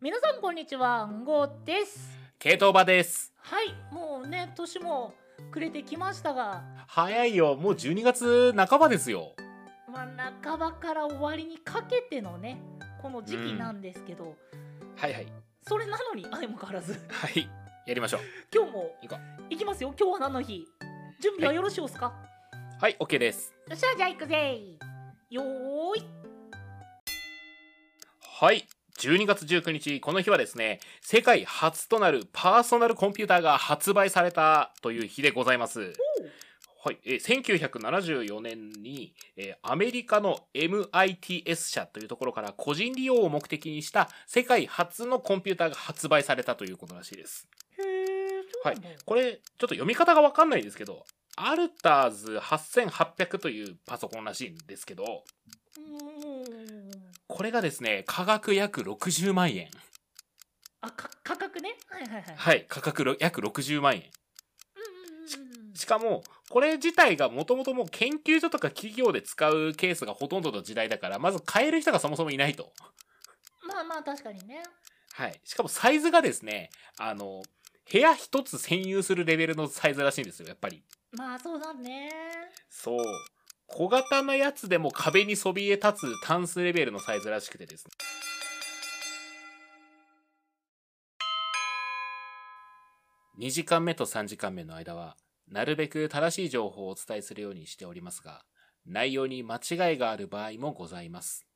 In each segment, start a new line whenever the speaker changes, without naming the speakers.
皆さんこんにちはんごです
系統場です
はいもうね年も暮れてきましたが
早いよもう12月半ばですよ
まあ半ばから終わりにかけてのねこの時期なんですけど、
はいはい
それなのに相も変わらず
はいやりましょう
今日も
行こ
行きますよ今日は何の日準備はよろしいですか、
はい OK です
よっしゃじゃあ行くぜよーい
はい12月19日この日はですね世界初となるパーソナルコンピューターが発売されたという日でございますはい、えー1974年に、えーアメリカの MITS 社というところから個人利用を目的にした世界初のコンピューターが発売されたということらしいです
へえそうなんだ、
これ、ちょっと読み方がわかんないんですけど、アルターズ8800というパソコンらしいんですけど、
うーん
これがですね、価格約60万円。
あか価格ねはいはいはい
はい、価格ろ約60万円。
うんうんうんうん
しかも、これ自体がもともともう研究所とか企業で使うケースがほとんどの時代だから、まず買える人がそもそもいないと。
まあまあ確かにね
はい。しかもサイズがですね、あの、部屋一つ占有するレベルのサイズらしいんですよ、やっぱり。
まあそうだね
そう。小型のやつでも壁にそびえ立つタンスレベルのサイズらしくてですね。2時間目と3時間目の間は、なるべく正しい情報をお伝えするようにしておりますが、内容に間違いがある場合もございます。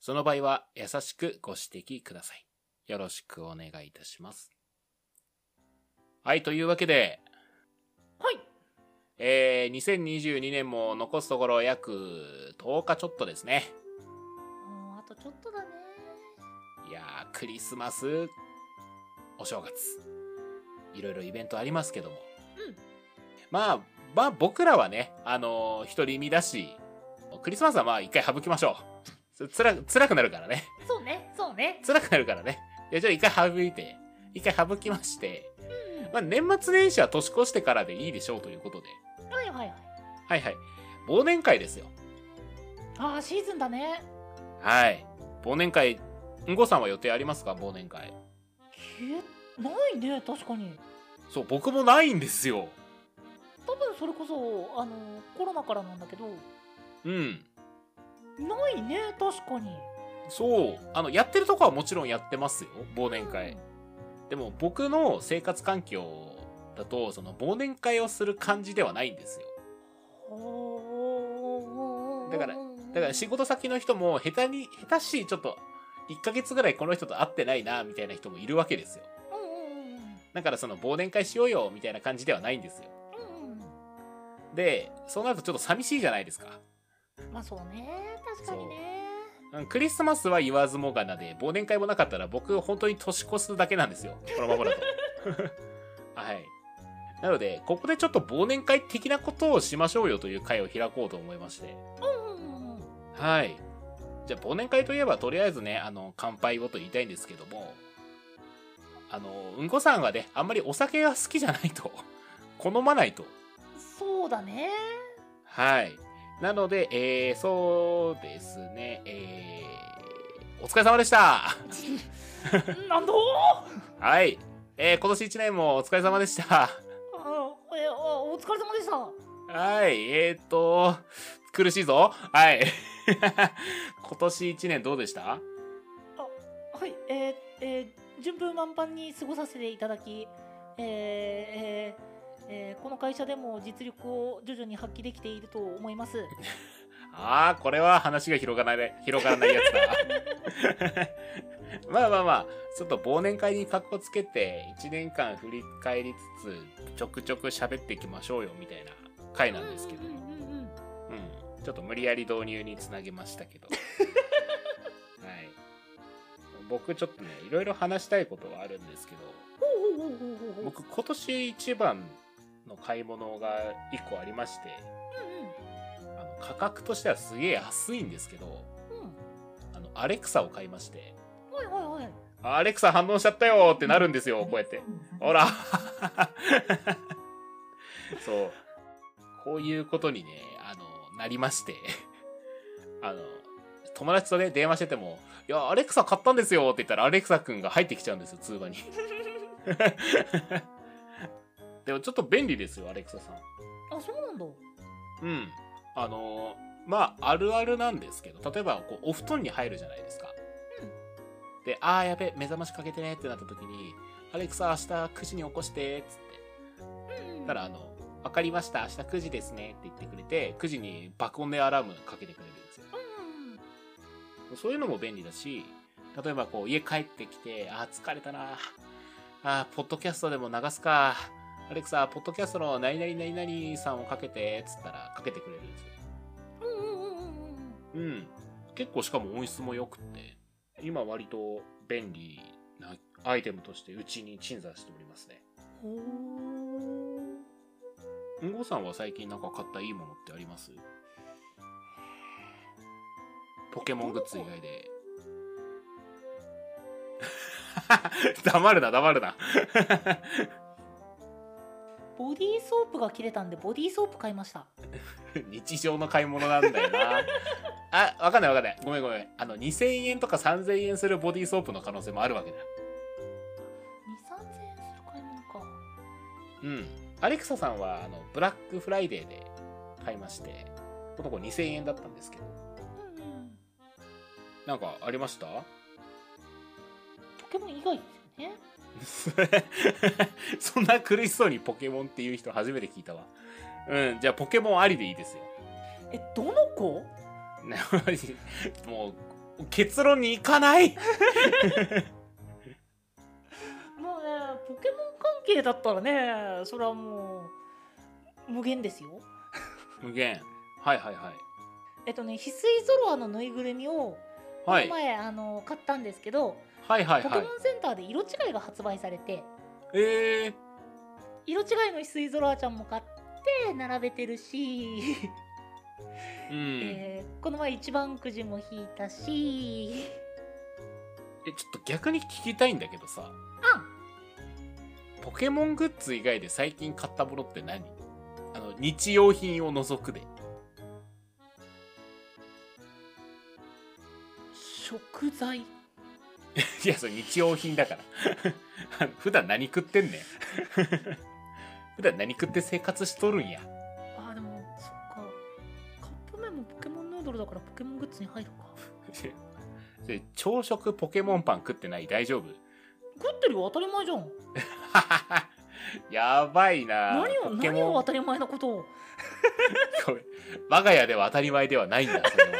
その場合は、優しくご指摘ください。よろしくお願いいたします。はい、というわけで、
はい
えー、2022年も残すところ約10日ちょっとですね。
もうあとちょっとだね
いやー、クリスマス、お正月。いろいろイベントありますけども。
うん
まあ、まあ僕らはね、あのー、独り身だし、クリスマスはまあ一回省きましょう。つ辛く、辛くなるからね。
そうねそうね
辛くなるからね。いや、じゃあ一回省いて、一回省きまして、
うん
まあ年末年始は年越してからでいいでしょうということで。
はいはいはい
はいはい。忘年会ですよ。
ああシーズンだね
はい。忘年会、んごさんは予定ありますか忘年会。
消えないね確かに
そう、僕もないんですよ。
多分それこそあのコロナからなんだけど
うん。
ないね確かに
そう。あの、やってるとこはもちろんやってますよ。忘年会。でも、僕の生活環境だと、その、忘年会をする感じではないんですよ。
うん
だからだから、仕事先の人も、下手に、下手しい、ちょっと、1ヶ月ぐらいこの人と会ってないな、みたいな人もいるわけですよ。
うんうんうん
だから、その、忘年会しようよ、みたいな感じではないんですよ。
うん
で、そうなるとちょっと寂しいじゃないですか。
うんまあそうね確かにね
うんクリスマスは言わずもがなで、忘年会もなかったら僕本当に年越すだけなんですよ。このままだと。 はい。なので、ここでちょっと忘年会的なことをしましょうよという会を開こうと思いまして。
うんうんうん
はい。じゃあ忘年会といえばとりあえずね、あの、乾杯をと言いたいんですけども、あの、うんこさんはね、あんまりお酒が好きじゃないと。好まないと。
そうだね
はい。なので、えー、そうですね、えー、お疲れ様でした
なんだ
はい。えー、今年1年もお疲れ様でした。
あ えあお疲れ様でした
はい。えー、っと、苦しいぞ。はい。 今年1年どうでした
はい、えーえー順風満帆に過ごさせていただき、えーえーえーこの会社でも実力を徐々に発揮できていると思います。
あー、これは話が広がらない、広がらないやつだ。 まあまあまあ、ちょっと忘年会に格好つけて、1年間振り返りつつ、ちょくちょく喋っていきましょうよ、みたいな回なんですけど。
うんうんうんうん
うん、ちょっと無理やり導入につなげました けど。はい。僕ちょっとね、いろいろ話したいことはあるんですけど、
ほうほうほうほうほうほう
僕今年一番の買い物が一個ありまして、あの価格としてはすげえ安いんですけど、
うんうん
あの、アレクサを買いまして、
うんはいはいはい。
あアレクサ反応しちゃったよってなる んですよ、こうやって。ほらそう。こういうことにね、あの、なりまして。あの、友達とね、電話してても、いや、アレクサ買ったんですよって言ったら、アレクサくんが入ってきちゃうんですよ、通話に。でもちょっと便利ですよ、アレクサさん。
あそうなんだ
うん。あのーまあ、あるあるなんですけど、例えば、こう、お布団に入るじゃないですか。
うん
で、あーやべ、目覚ましかけてねってなった時に、アレクサ、明日9時に起こして、つって。
うん
たら、あの、わかりました、明日9時ですねって言ってくれて、9時に爆音でアラームかけてくれるんですよ。
うん
そういうのも便利だし、例えばこう、家帰ってきて、あー、疲れたな。あー、ポッドキャストでも流すか。アレクサ、ポッドキャストの何々何々さんをかけて、つったら、かけてくれるんですよ。
うんうんうんうんうん
うん。結構しかも音質も良くって、今割と便利なアイテムとしてうちに鎮座しておりますね。
ほー
うんごさんは最近なんか買ったいいものってありますポケモングッズ以外で。黙るな、黙るな。
ボディーソープが切れたんでボディーソープ買いました
日常の買い物なんだよな。あ、わかんないわかんない。ごめんごめん。あの、2000円とか3000円するボディーソープの可能性もあるわけだ。
2,3000円する買い物か
うん。アレクサさんは、あの、ブラックフライデーで買いまして、この子2000円だったんですけど、
うんうん
なんかありました
ポケモン以外ですよね
そんな苦しそうにポケモンっていう人初めて聞いたわ。うん、じゃあポケモンありでいいですよ。
えどの子
なもう、結論に行かない
もうねポケモン関係だったらねそれはもう無限ですよ
無限。はいはいはい。
えっとね翡翠ゾロアのぬいぐるみをこ
は
の
い。
前、あの買ったんですけど、
はいはい
ポケ
は
モ
い。
ンセンターで色違いが発売されて
えー、
色違いの翡翠ゾロアちゃんも買って並べてるし、
うん。え
えーこの前一番くじも引いたし
ちょっと逆に聞きたいんだけどさ、
あ
ポケモングッズ以外で最近買ったものって何あの、日用品を除くで。
食材
いや、それ日用品だから。 普段何食ってん ねん。普段何食って生活しとるんや。
あーでもそっかカップ麺もポケモンヌードルだからポケモングッズに入るか
それ朝食ポケモンパン食ってない大丈夫
食ってるよ当たり前じゃん
やばいな
何を
ポケ
何
モ
を
ン
当たり前のことを
ごめん我が家では当たり前ではないんだそれは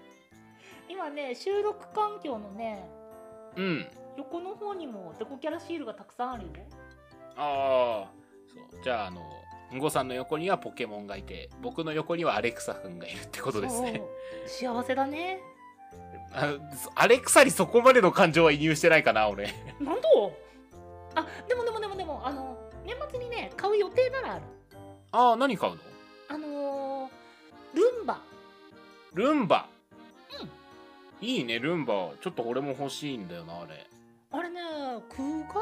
今ね収録環境のね
うん
横の方にもデコキャラシールがたくさんあるよ
ああそうじゃああのんごさんの横にはポケモンがいて僕の横にはアレクサ君がいるってことですね
そう幸せだね
あアレクサにそこまでの感情は移入してないかな俺
なんとあでもでもでもでもあの年末にね買う予定ならある
ああ何買うの
あのールンバ
ルンバ、
うん
いいねルンバちょっと俺も欲しいんだよなあれ
あれね9月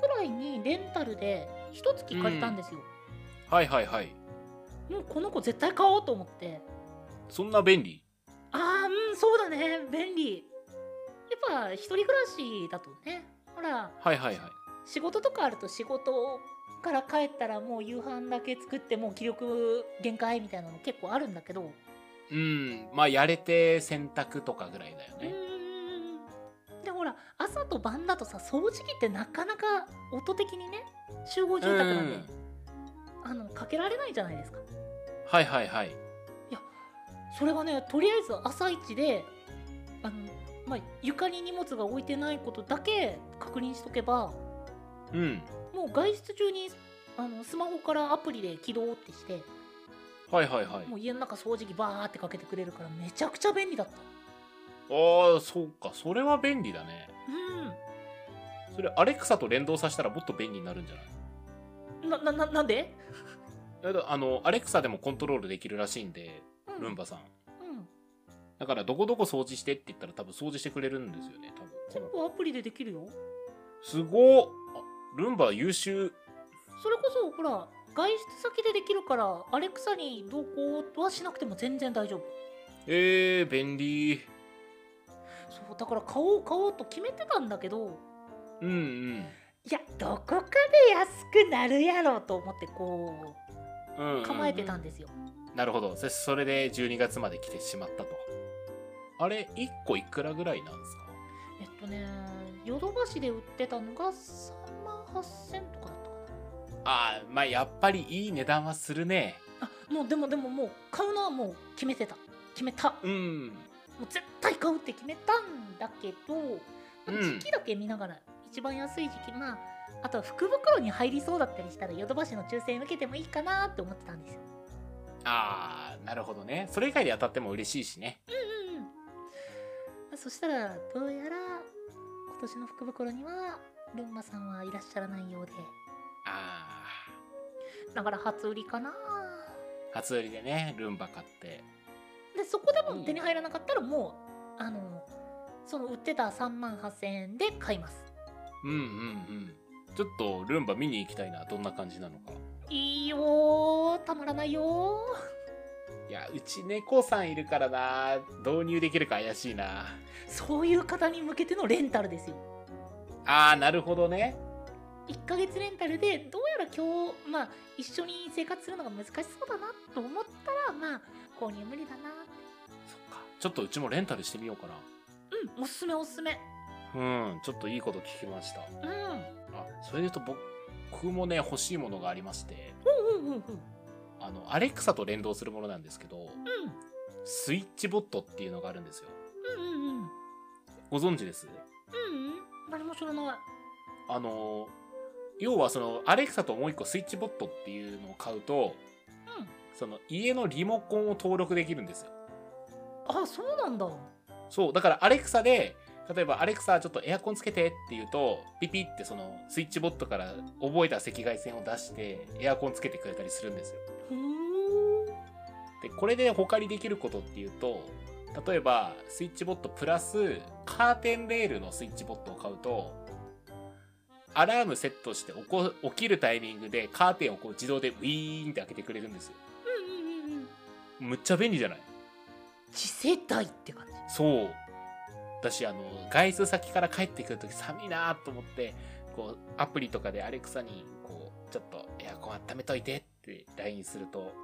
くらいにレンタルで一月借りたんですよ、
はいはいはい
もうこの子絶対買おうと思って
そんな便利
ああうんそうだね便利やっぱ一人暮らしだとねほら
はいはいはい
仕事とかあると仕事から帰ったらもう夕飯だけ作ってもう気力限界みたいなの結構あるんだけどう
うんまあやれて洗濯とかぐらいだよ
ー
ね
んでほら朝と晩だとさ掃除機ってなかなか音的にね集合住宅なんで
うん
あのかけられないじゃないですか
はいはいはい
それがねとりあえず朝一であの、まあ、床に荷物が置いてないことだけ確認しとけば
うん
もう外出中にあのスマホからアプリで起動ってして
はいはいはい
もう家の中掃除機バーってかけてくれるからめちゃくちゃ便利だった
ああそうかそれは便利だね
う
それアレクサと連動させたらもっと便利になるんじゃない
んななななんで、
だけどあのアレクサでもコントロールできるらしいんで
うん、
ルンバさん
うん
だからどこどこ掃除してって言ったら多分掃除してくれるんですよね多分こ
全
の子
部アプリでできるよ
すごっあルンバ優秀
それこそほら外出先でできるからアレクサに同行はしなくても全然大丈夫
えー、便利。
そうだから買おう買おうと決めてたんだけど
うんうん。
いやどこかで安くなるやろうと思ってこ
うんうんうん
う構えてたんですよ、
なるほど。そそれで12月まで来てしまったと。あれ、1個いくらぐらいなんですか
えっとねヨドバシで売ってたのが3万8000とかだったか
ああ、まあやっぱりいい値段はするね。
なあもうでもでももう買うのはもう決めてた決めた
うん。
もう絶対買うって決めたんだけど
う
時
ん
期だけ見ながら、一番安い時期まああとは福袋に入りそうだったりしたらヨドバシの抽選受けてもいいかなって思ってたんですよ。
ああ、なるほどね。それ以外で当たっても嬉しいしね。
うんうんうん、そしたらどうやら今年の福袋にはルンマさんはいらっしゃらないようで
あ
だから初売りかな
あ、初売りでね、ルンバ買って。
でそこでも手に入らなかったらもうあのその売ってた3万8000円で買います
うんうんうん。ちょっとルンバ見に行きたいな。どんな感じなのか。
いいよーたまらないよ
いや、うち猫さんいるからな。導入できるか怪しいな。
ーそういう方に向けてのレンタルですよ
ああ、なるほどね。
1ヶ月レンタルでどうやら今日、まあ、一緒に生活するのが難しそうだなと思ったらまあ購入無理だな
そっか。ちょっとうちもレンタルしてみようか
うんおすすめおすすめ
な。うん、ちょっといいこと聞きました。
うん
あ、それで言うと僕もね、欲しいものがありまして、
うんうんうんうん
あの、アレクサと連動するものなんですけど、スイッチボットっていうのがあるんですよ。
うんうんうん
ご存知です
うんうん何も知らない
あの、要はその、アレクサともう一個スイッチボットっていうのを買うと、その、家のリモコンを登録できるんですよ。
うんあそうなんだ
そう、だからアレクサで、例えば、アレクサ、ちょっとエアコンつけてって言うと、ピピってその、スイッチボットから覚えた赤外線を出して、エアコンつけてくれたりするんですよ。
ふー
で、これで他にできることっていうと、例えば、スイッチボットプラス、カーテンレールのスイッチボットを買うと、アラームセットして起こ、起きるタイミングでカーテンをこう自動でウィーンって開けてくれるんですよ。
うんうんうんうん
むっちゃ便利じゃない
次世代って感じ
そう。私、あの、外出先から帰ってくるとき寒いなと思って、こう、アプリとかでアレクサに、こう、ちょっとエアコン温めといてって LINE すると、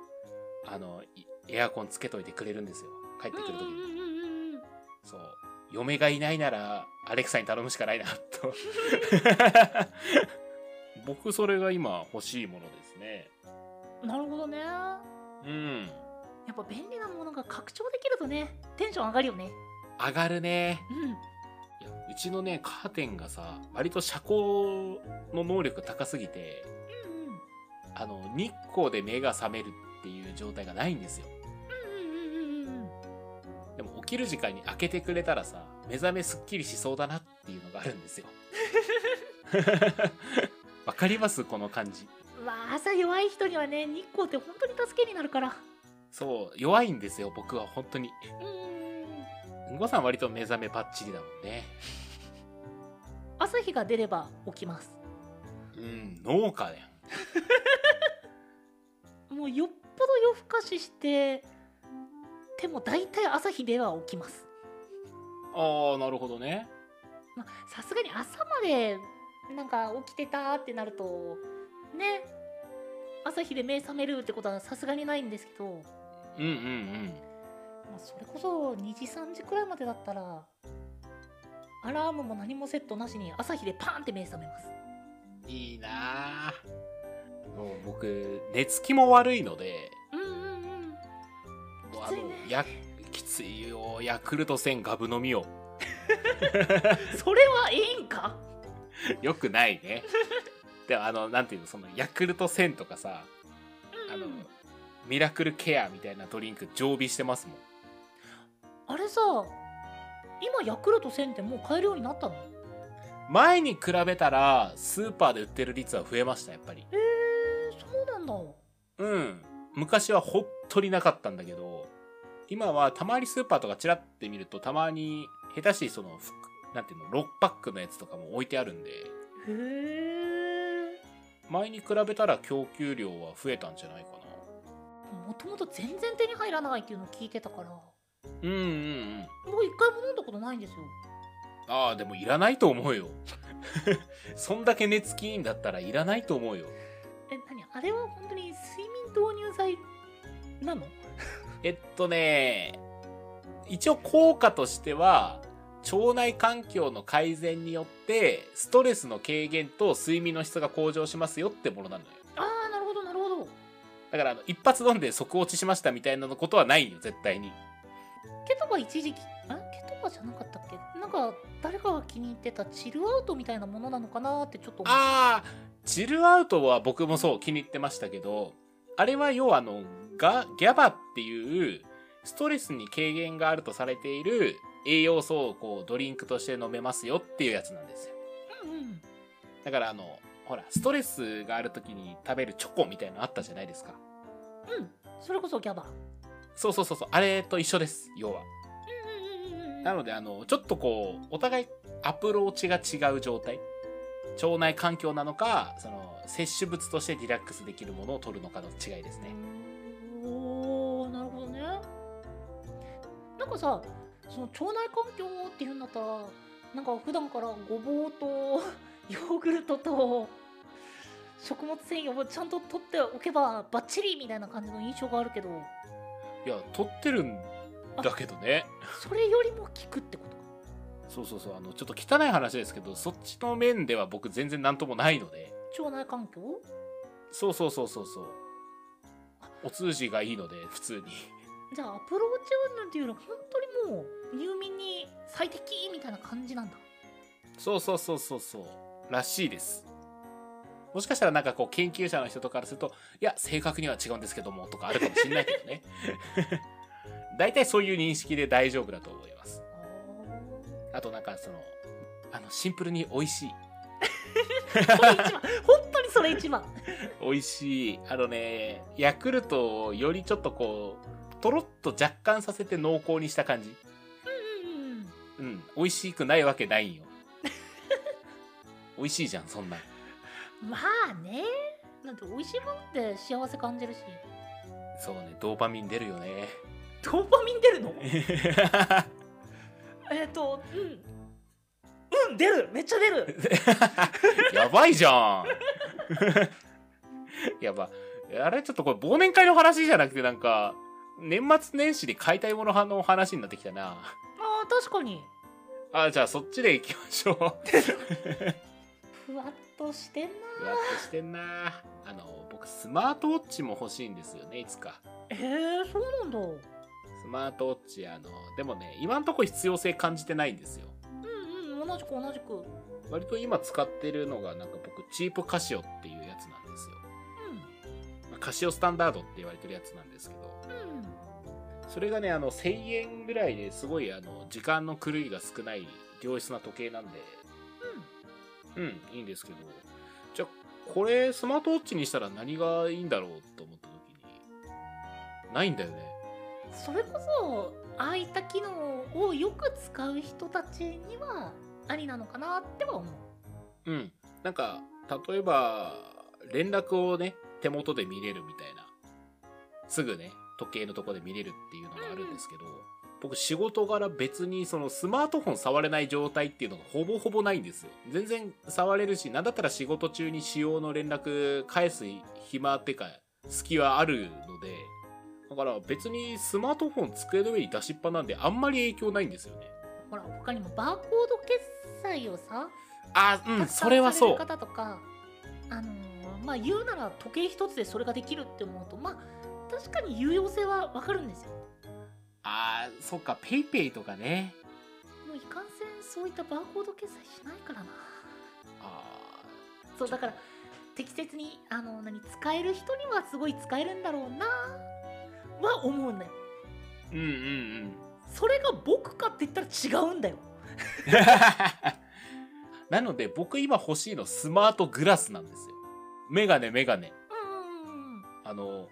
あの、いエアコンつけといてくれるんですよ。帰ってくるときに。
うんうんうんうん
そう。嫁がいないなら、アレクサに頼むしかないな、と。僕、それが今欲しいものですね。
うんなるほどねや
うん。
っぱ便利なものが拡張できるとねテンション上がるよね
上がるね。
うん
いやうちのね、カーテンがさ、割と遮光の能力高すぎて、
うんうん
あの、日光で目が覚めるっていう状態がないんですよ。
うんうんうんうんうん
でも起きる時間に開けてくれたらさ、目覚めすっきりしそうだなっていうのがあるんです よ。わかりますこの感じ。
まあ朝弱い人にはね日光って本当に助けになるから
そう、弱いんですよ、僕は本当に。
うん
うんごさん割と目覚めパッチリだもんね。
朝日が出れば起きます
うん、農家だよ。
もうよっぽど夜更かししてでも大体朝日では起きます
ああ、なるほどね。
まあさすがに朝までなんか起きてたってなるとね朝日で目覚めるってことはさすがにないんですけど、
うんうんうん。
まあ、それこそ2時3時くらいまでだったらアラームも何もセットなしに朝日でパーンって目覚めます
いいなあもう僕、寝つきも悪いので、
うんうんうん
もうあ
きついね
の、や、 きついよ。ヤクルト1000ガブ飲みを。
それはいいんか
よくないね。でもあの、なんていうの、その、ヤクルト1000とかさ、あの、ミラクルケアみたいなドリンク常備してますもん。
あれさ今ヤクルト1000ってもう買えるようになったの
前に比べたら、スーパーで売ってる率は増えました、やっぱり。
えー、そうなんだ
うん。昔はほっとりなかったんだけど、今はたまにスーパーとかチラって見ると、たまに下手しいその、ふなんていうの、6パックのやつとかも置いてあるんで、
へえ
前に比べたら供給量は増えたんじゃないかな。
もともと全然手に入らないっていうのを聞いてたから
うんうんうん
僕一回も飲んだことないんですよ
ああでもいらないと思うよ そんだけ寝つきいいんだったらいらないと思うよ
え何あれは本当に睡眠導入剤なの
えっとね一応効果としては腸内環境の改善によってストレスの軽減と睡眠の質が向上しますよってものなのよ
ああなるほどなるほど
だからあの一発飲んで即落ちしましたみたいなことはないよ絶対に
ケトバ一時期あケトバじゃなかったっけなんか誰かが気に入ってたチルアウトみたいなものなのかなってちょっと思っ
ああチルアウトは僕もそう気に入ってましたけどあれは要はあのガギャバっていうストレスに軽減があるとされている栄養素をこうドリンクとして飲めますよっていうやつなんですよ
たうんうん
だからあのほらストレスがある時に食べるチョコみたいなのあったじゃないですか
うんそれこそギャバ
そうそうそうそうあれと一緒です要は
うんうんうんうん
なのであのちょっとこうお互いアプローチが違う状態腸内環境なのかその摂取物としてリラックスできるものを取るのかの違いですね
おーなるほどねなんかさその腸内環境っていうんだったらなんか普段からごぼうと ヨーグルトと食物繊維をちゃんと取っておけばバッチリみたいな感じの印象があるけど
いや取ってるんだけどね
それよりも効くってことか
そうそうそうあのちょっと汚い話ですけどそっちの面では僕全然何ともないので
腸内環境
そうそうそうそうそうお通じがいいので普通に
じゃあアプローチ運動っていうのは本当にもう入眠に最適みたいな感じなんだ
そうそうそうそうそうらしいですもしかしたらなんかこう研究者の人とかからするといや正確には違うんですけどもとかあるかもしれないけどね 大体そういう認識で大丈夫だと思いますあとなんかそのあのシンプルに美味しい
それ一番 本当にそれ一番
美味しいあのねヤクルトをよりちょっとこうとろっと若干させて濃厚にした感じ
うんうんうん
うん美味しくないわけないんよ美味しいじゃんそんなん
まあねなんて美味しいものって幸せ感じるし
そうねドーパミン出るよね
ドーパミン出るの えっとうんうん出るめっちゃ出る
やばいじゃんやばあれちょっとこれ忘年会の話じゃなくてなんか年末年始で買いたいもの派の話になってきたな
あー確かに
あじゃあそっちで行きましょう
ふわっとしてんな
ふわっとしてんなあの僕スマートウォッチも欲しいんですよねいつか
えー、そうなんだうん
スマートウォッチあのでもね今んとこ必要性感じてないんですよ
うん同じく同じくうん
割と今使ってるのがなんか僕チープカシオっていうやつなんですよまあカシオスタンダードって言われてるやつなんですけど
うん
それがねあの1000円ぐらいですごいあの時間の狂いが少ない良質な時計なんでうんいいんですけどじゃあこれスマートウォッチにしたら何がいいんだろうと思った時にないんだよね
うんそれこそああいった機能をよく使う人たちにはありなのかなっては思う
うん。なんか、例えば、連絡をね、手元で見れるみたいな。すぐね、時計のとこで見れるっていうのがあるんですけど、僕仕事柄別にそのスマートフォン触れない状態っていうのがほぼほぼないんですよ。全然触れるし、なんだったら仕事中に使用の連絡返す暇ってか、隙はあるので、だから別にスマートフォン机の上に出しっぱなんであんまり影響ないんですよね。
ほら他にもバーコード決済をさ
あ、うん、それはそう
たく。さんされる方とかあのーまあ言うなら時計一つでそれができるって思うとまあ確かに有用性はわかるんですよ
あー、そっか、ペイペイとかね。
もういかんせんそういったバーコード決済しないからな
あ
そうだから適切にあの何使える人にはすごい使えるんだろうなは思うんだよ
ーうんうんうん
それが僕かって言ったら違うんだよ
なので僕今欲しいのスマートグラスなんですよメガネメガネ
うんうんうんうん
あの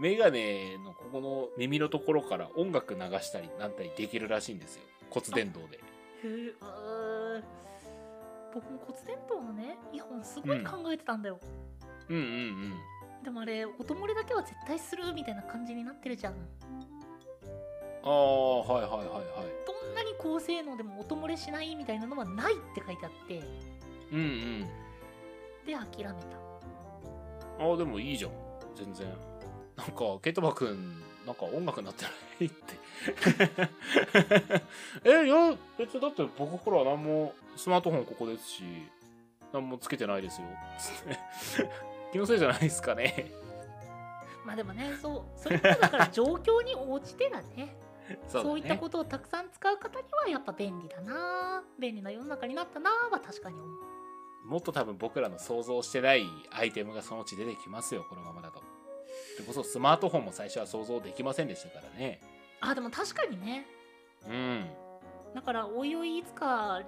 メガネのここの耳のところから音楽流したりなんたりできるらしいんですよ骨伝導で
へえあー僕も骨伝導のねイヤホンすごい考えてたんだよ、
うんうんうん
でもあれ音漏れだけは絶対するみたいな感じになってるじゃん
ああはいはいはいはい
どんなに高性能でも音漏れしないみたいなのはないって書いてあって
うんうん
で諦めた
ああでもいいじゃん全然なんかケイトバくんなんか音楽になってないって えいや別にだって僕ほら何もスマートフォンここですし何もつけてないですよ つって気のせいじゃないですかね
まあでもねそう それもだから状況に応じてだねそういった
と
ことをたくさん使う方にはやっぱ便利だな便利な世の中になったなは確かに思う
もっと多分僕らの想像してないアイテムがそのうち出てきますよこのままだとでこそスマートフォンも最初は想像できませんでしたからね
あでも確かにね
うん
だからおいおいいつか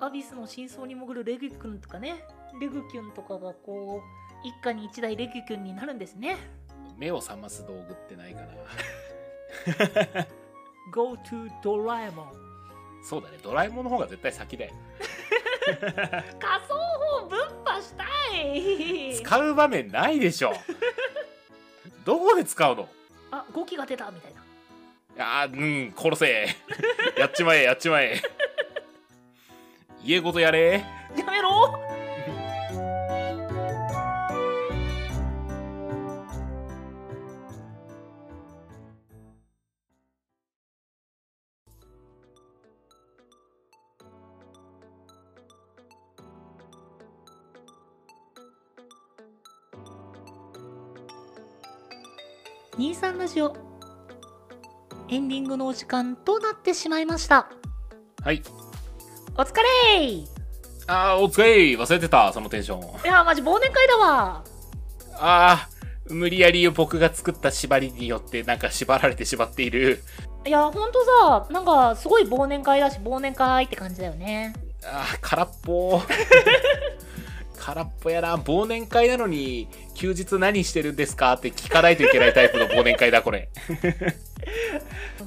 アビスの真相に潜るレグキュンとかねレグキュンとかがこう一家に一台レグキュンになるんですね
目を覚ます道具ってないか な
Go to ドラえもん
そうだねドラえもんの方が絶対先だよ
仮想法分派したい
使う場面ないでしょ どこで使うの
あ5機が出たみたいな
あーうん殺せ やっちまえやっちまえ家ごとやれ
やめろ23ラジオエンディングのお時間となってしまいました
はい
お疲れい
あーお疲れ忘れてたそのテンション
いやマジ忘年会だわ
あー無理やり僕が作った縛りによってなんか縛られてしまっている
いやほんとさなんかすごい忘年会だし忘年会って感じだよね
あー空っぽ 空っぽやな忘年会なのに休日何してるんですかって聞かないといけないタイプの忘年会だこれ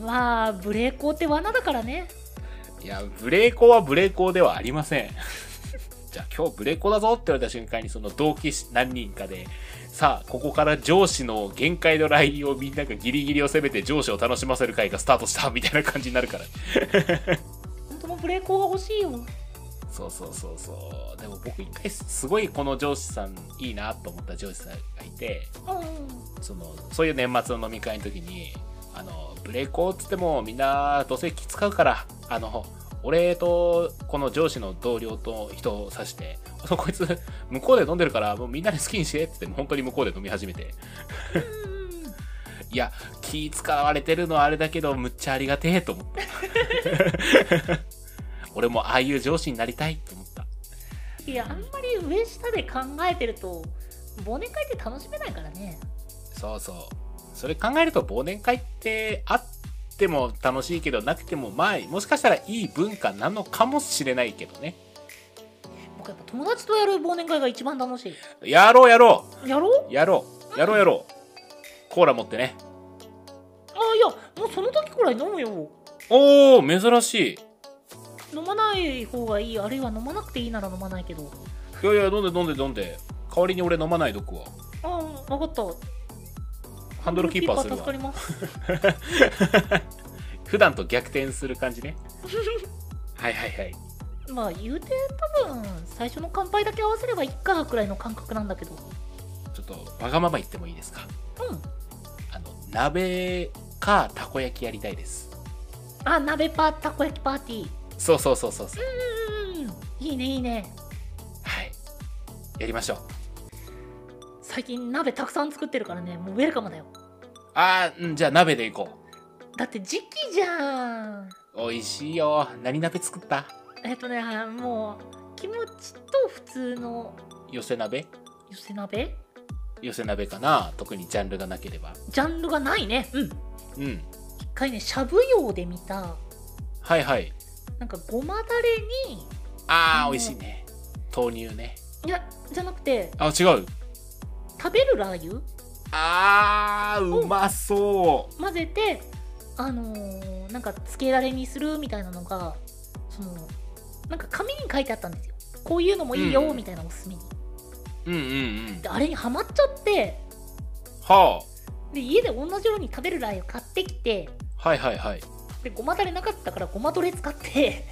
まあブレーコーって罠だからね
いや、ブレーコはブレーコではありません。 じゃあ今日ブレーコだぞって言われた瞬間にその同期何人かで、さあ、ここから上司の限界のラインをみんながギリギリを攻めて上司を楽しませる会がスタートしたみたいな感じになるから。
ほんともうブレーコーが欲しいよ
そうそうそうそう。でも僕一回すごいこの上司さんいいなと思った上司さんがいて、
う
その、そういう年末の飲み会の時に、あの、ブレーコーっつってもみんなどうせ気使うから、あの、俺とこの上司の同僚と人を指して、そうこいつ向こうで飲んでるからもうみんなで好きにしてって言って本当に向こうで飲み始めて、
ん
いや、気使われてるのはあれだけど、むっちゃありがてえと思った。俺もああいう上司になりたいと思った。
いやあんまり上下で考えてると忘年会って楽しめないからね
そうそう。それ考えると忘年会ってあっても楽しいけどなくてもまあもしかしたらいい文化なのかもしれないけどね。
僕やっぱ友達とやる忘年会が一番楽しい
やろうやろ
やろう
うやろうやろうやろうコーラ持ってね。
あいやもうその時くらい飲むよ
おお珍しい。
飲まない方がいいあるいは飲まなくていいなら飲まないけど
いやいや飲んで飲んで飲んで。代わりに俺飲まない毒は。
あ分かった
ハンドルキーパーする
助か
わ
り。ます
普段と逆転する感 じね。はいはいはい。
まあ言うて多分最初の乾杯だけ合わせればいっかくらいの感覚なんだけど
ちょっとわがまま言ってもいいですか
うん
あの、鍋かたこ焼きやりたいです。
あ鍋パーたこ焼きパーティー
そうそうそうそうそう。
うんうんいいねいいね
はい。やりましょう。
最近鍋たくさん作ってるからねもうウェルカムだよ
あー、うんじゃあ鍋でいこ
だって時期じゃん
う。美味しいよ。何鍋作った
えっとねもうキムチと普通の
寄せ鍋
寄せ鍋
寄せ鍋かな特にジャンルがなければ。
ジャンルがないねうん
うん。
一回ねしゃぶ用で見た
はいはい。
なんかごまだれに
あ
う
ー、
ん
美味しいね。豆乳ね。
いやじゃなくて
あ、違う。
食べるラー油
あー、うまそう。
混ぜてあのーなんかつけだれにするみたいなのがそのなんか紙に書いてあったんですよこういうのもいいよ
うん
みたいなおすすめに、
うんうんうん
で。あれにハマっちゃって
は
で家で同じように食べるラー油買ってきて
あ。はいはいはい
でごまだれなかったからごまどれ使って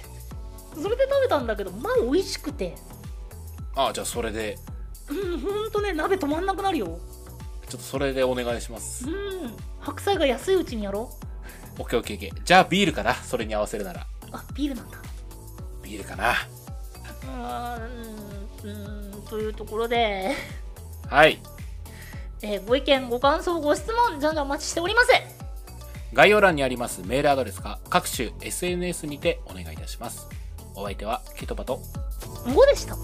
それで食べたんだけどまあ美味しくて
ああじゃあそれで
うんほんとね鍋止まんなくなるよ
ちょっとそれでお願いしま
う
す
ん白菜が安いうちにやろう
オッケーオッケーオッケーじゃあビールかなそれに合わせるなら
あビールなんだ
ビールかな
うーんうーんというところで、
はい
えーご意見ご感想ご質問じゃんじゃんお待ちしております
概要欄にありますメールアドレスか各種 SNS にてお願いいたしますお相手はケトバと
5でした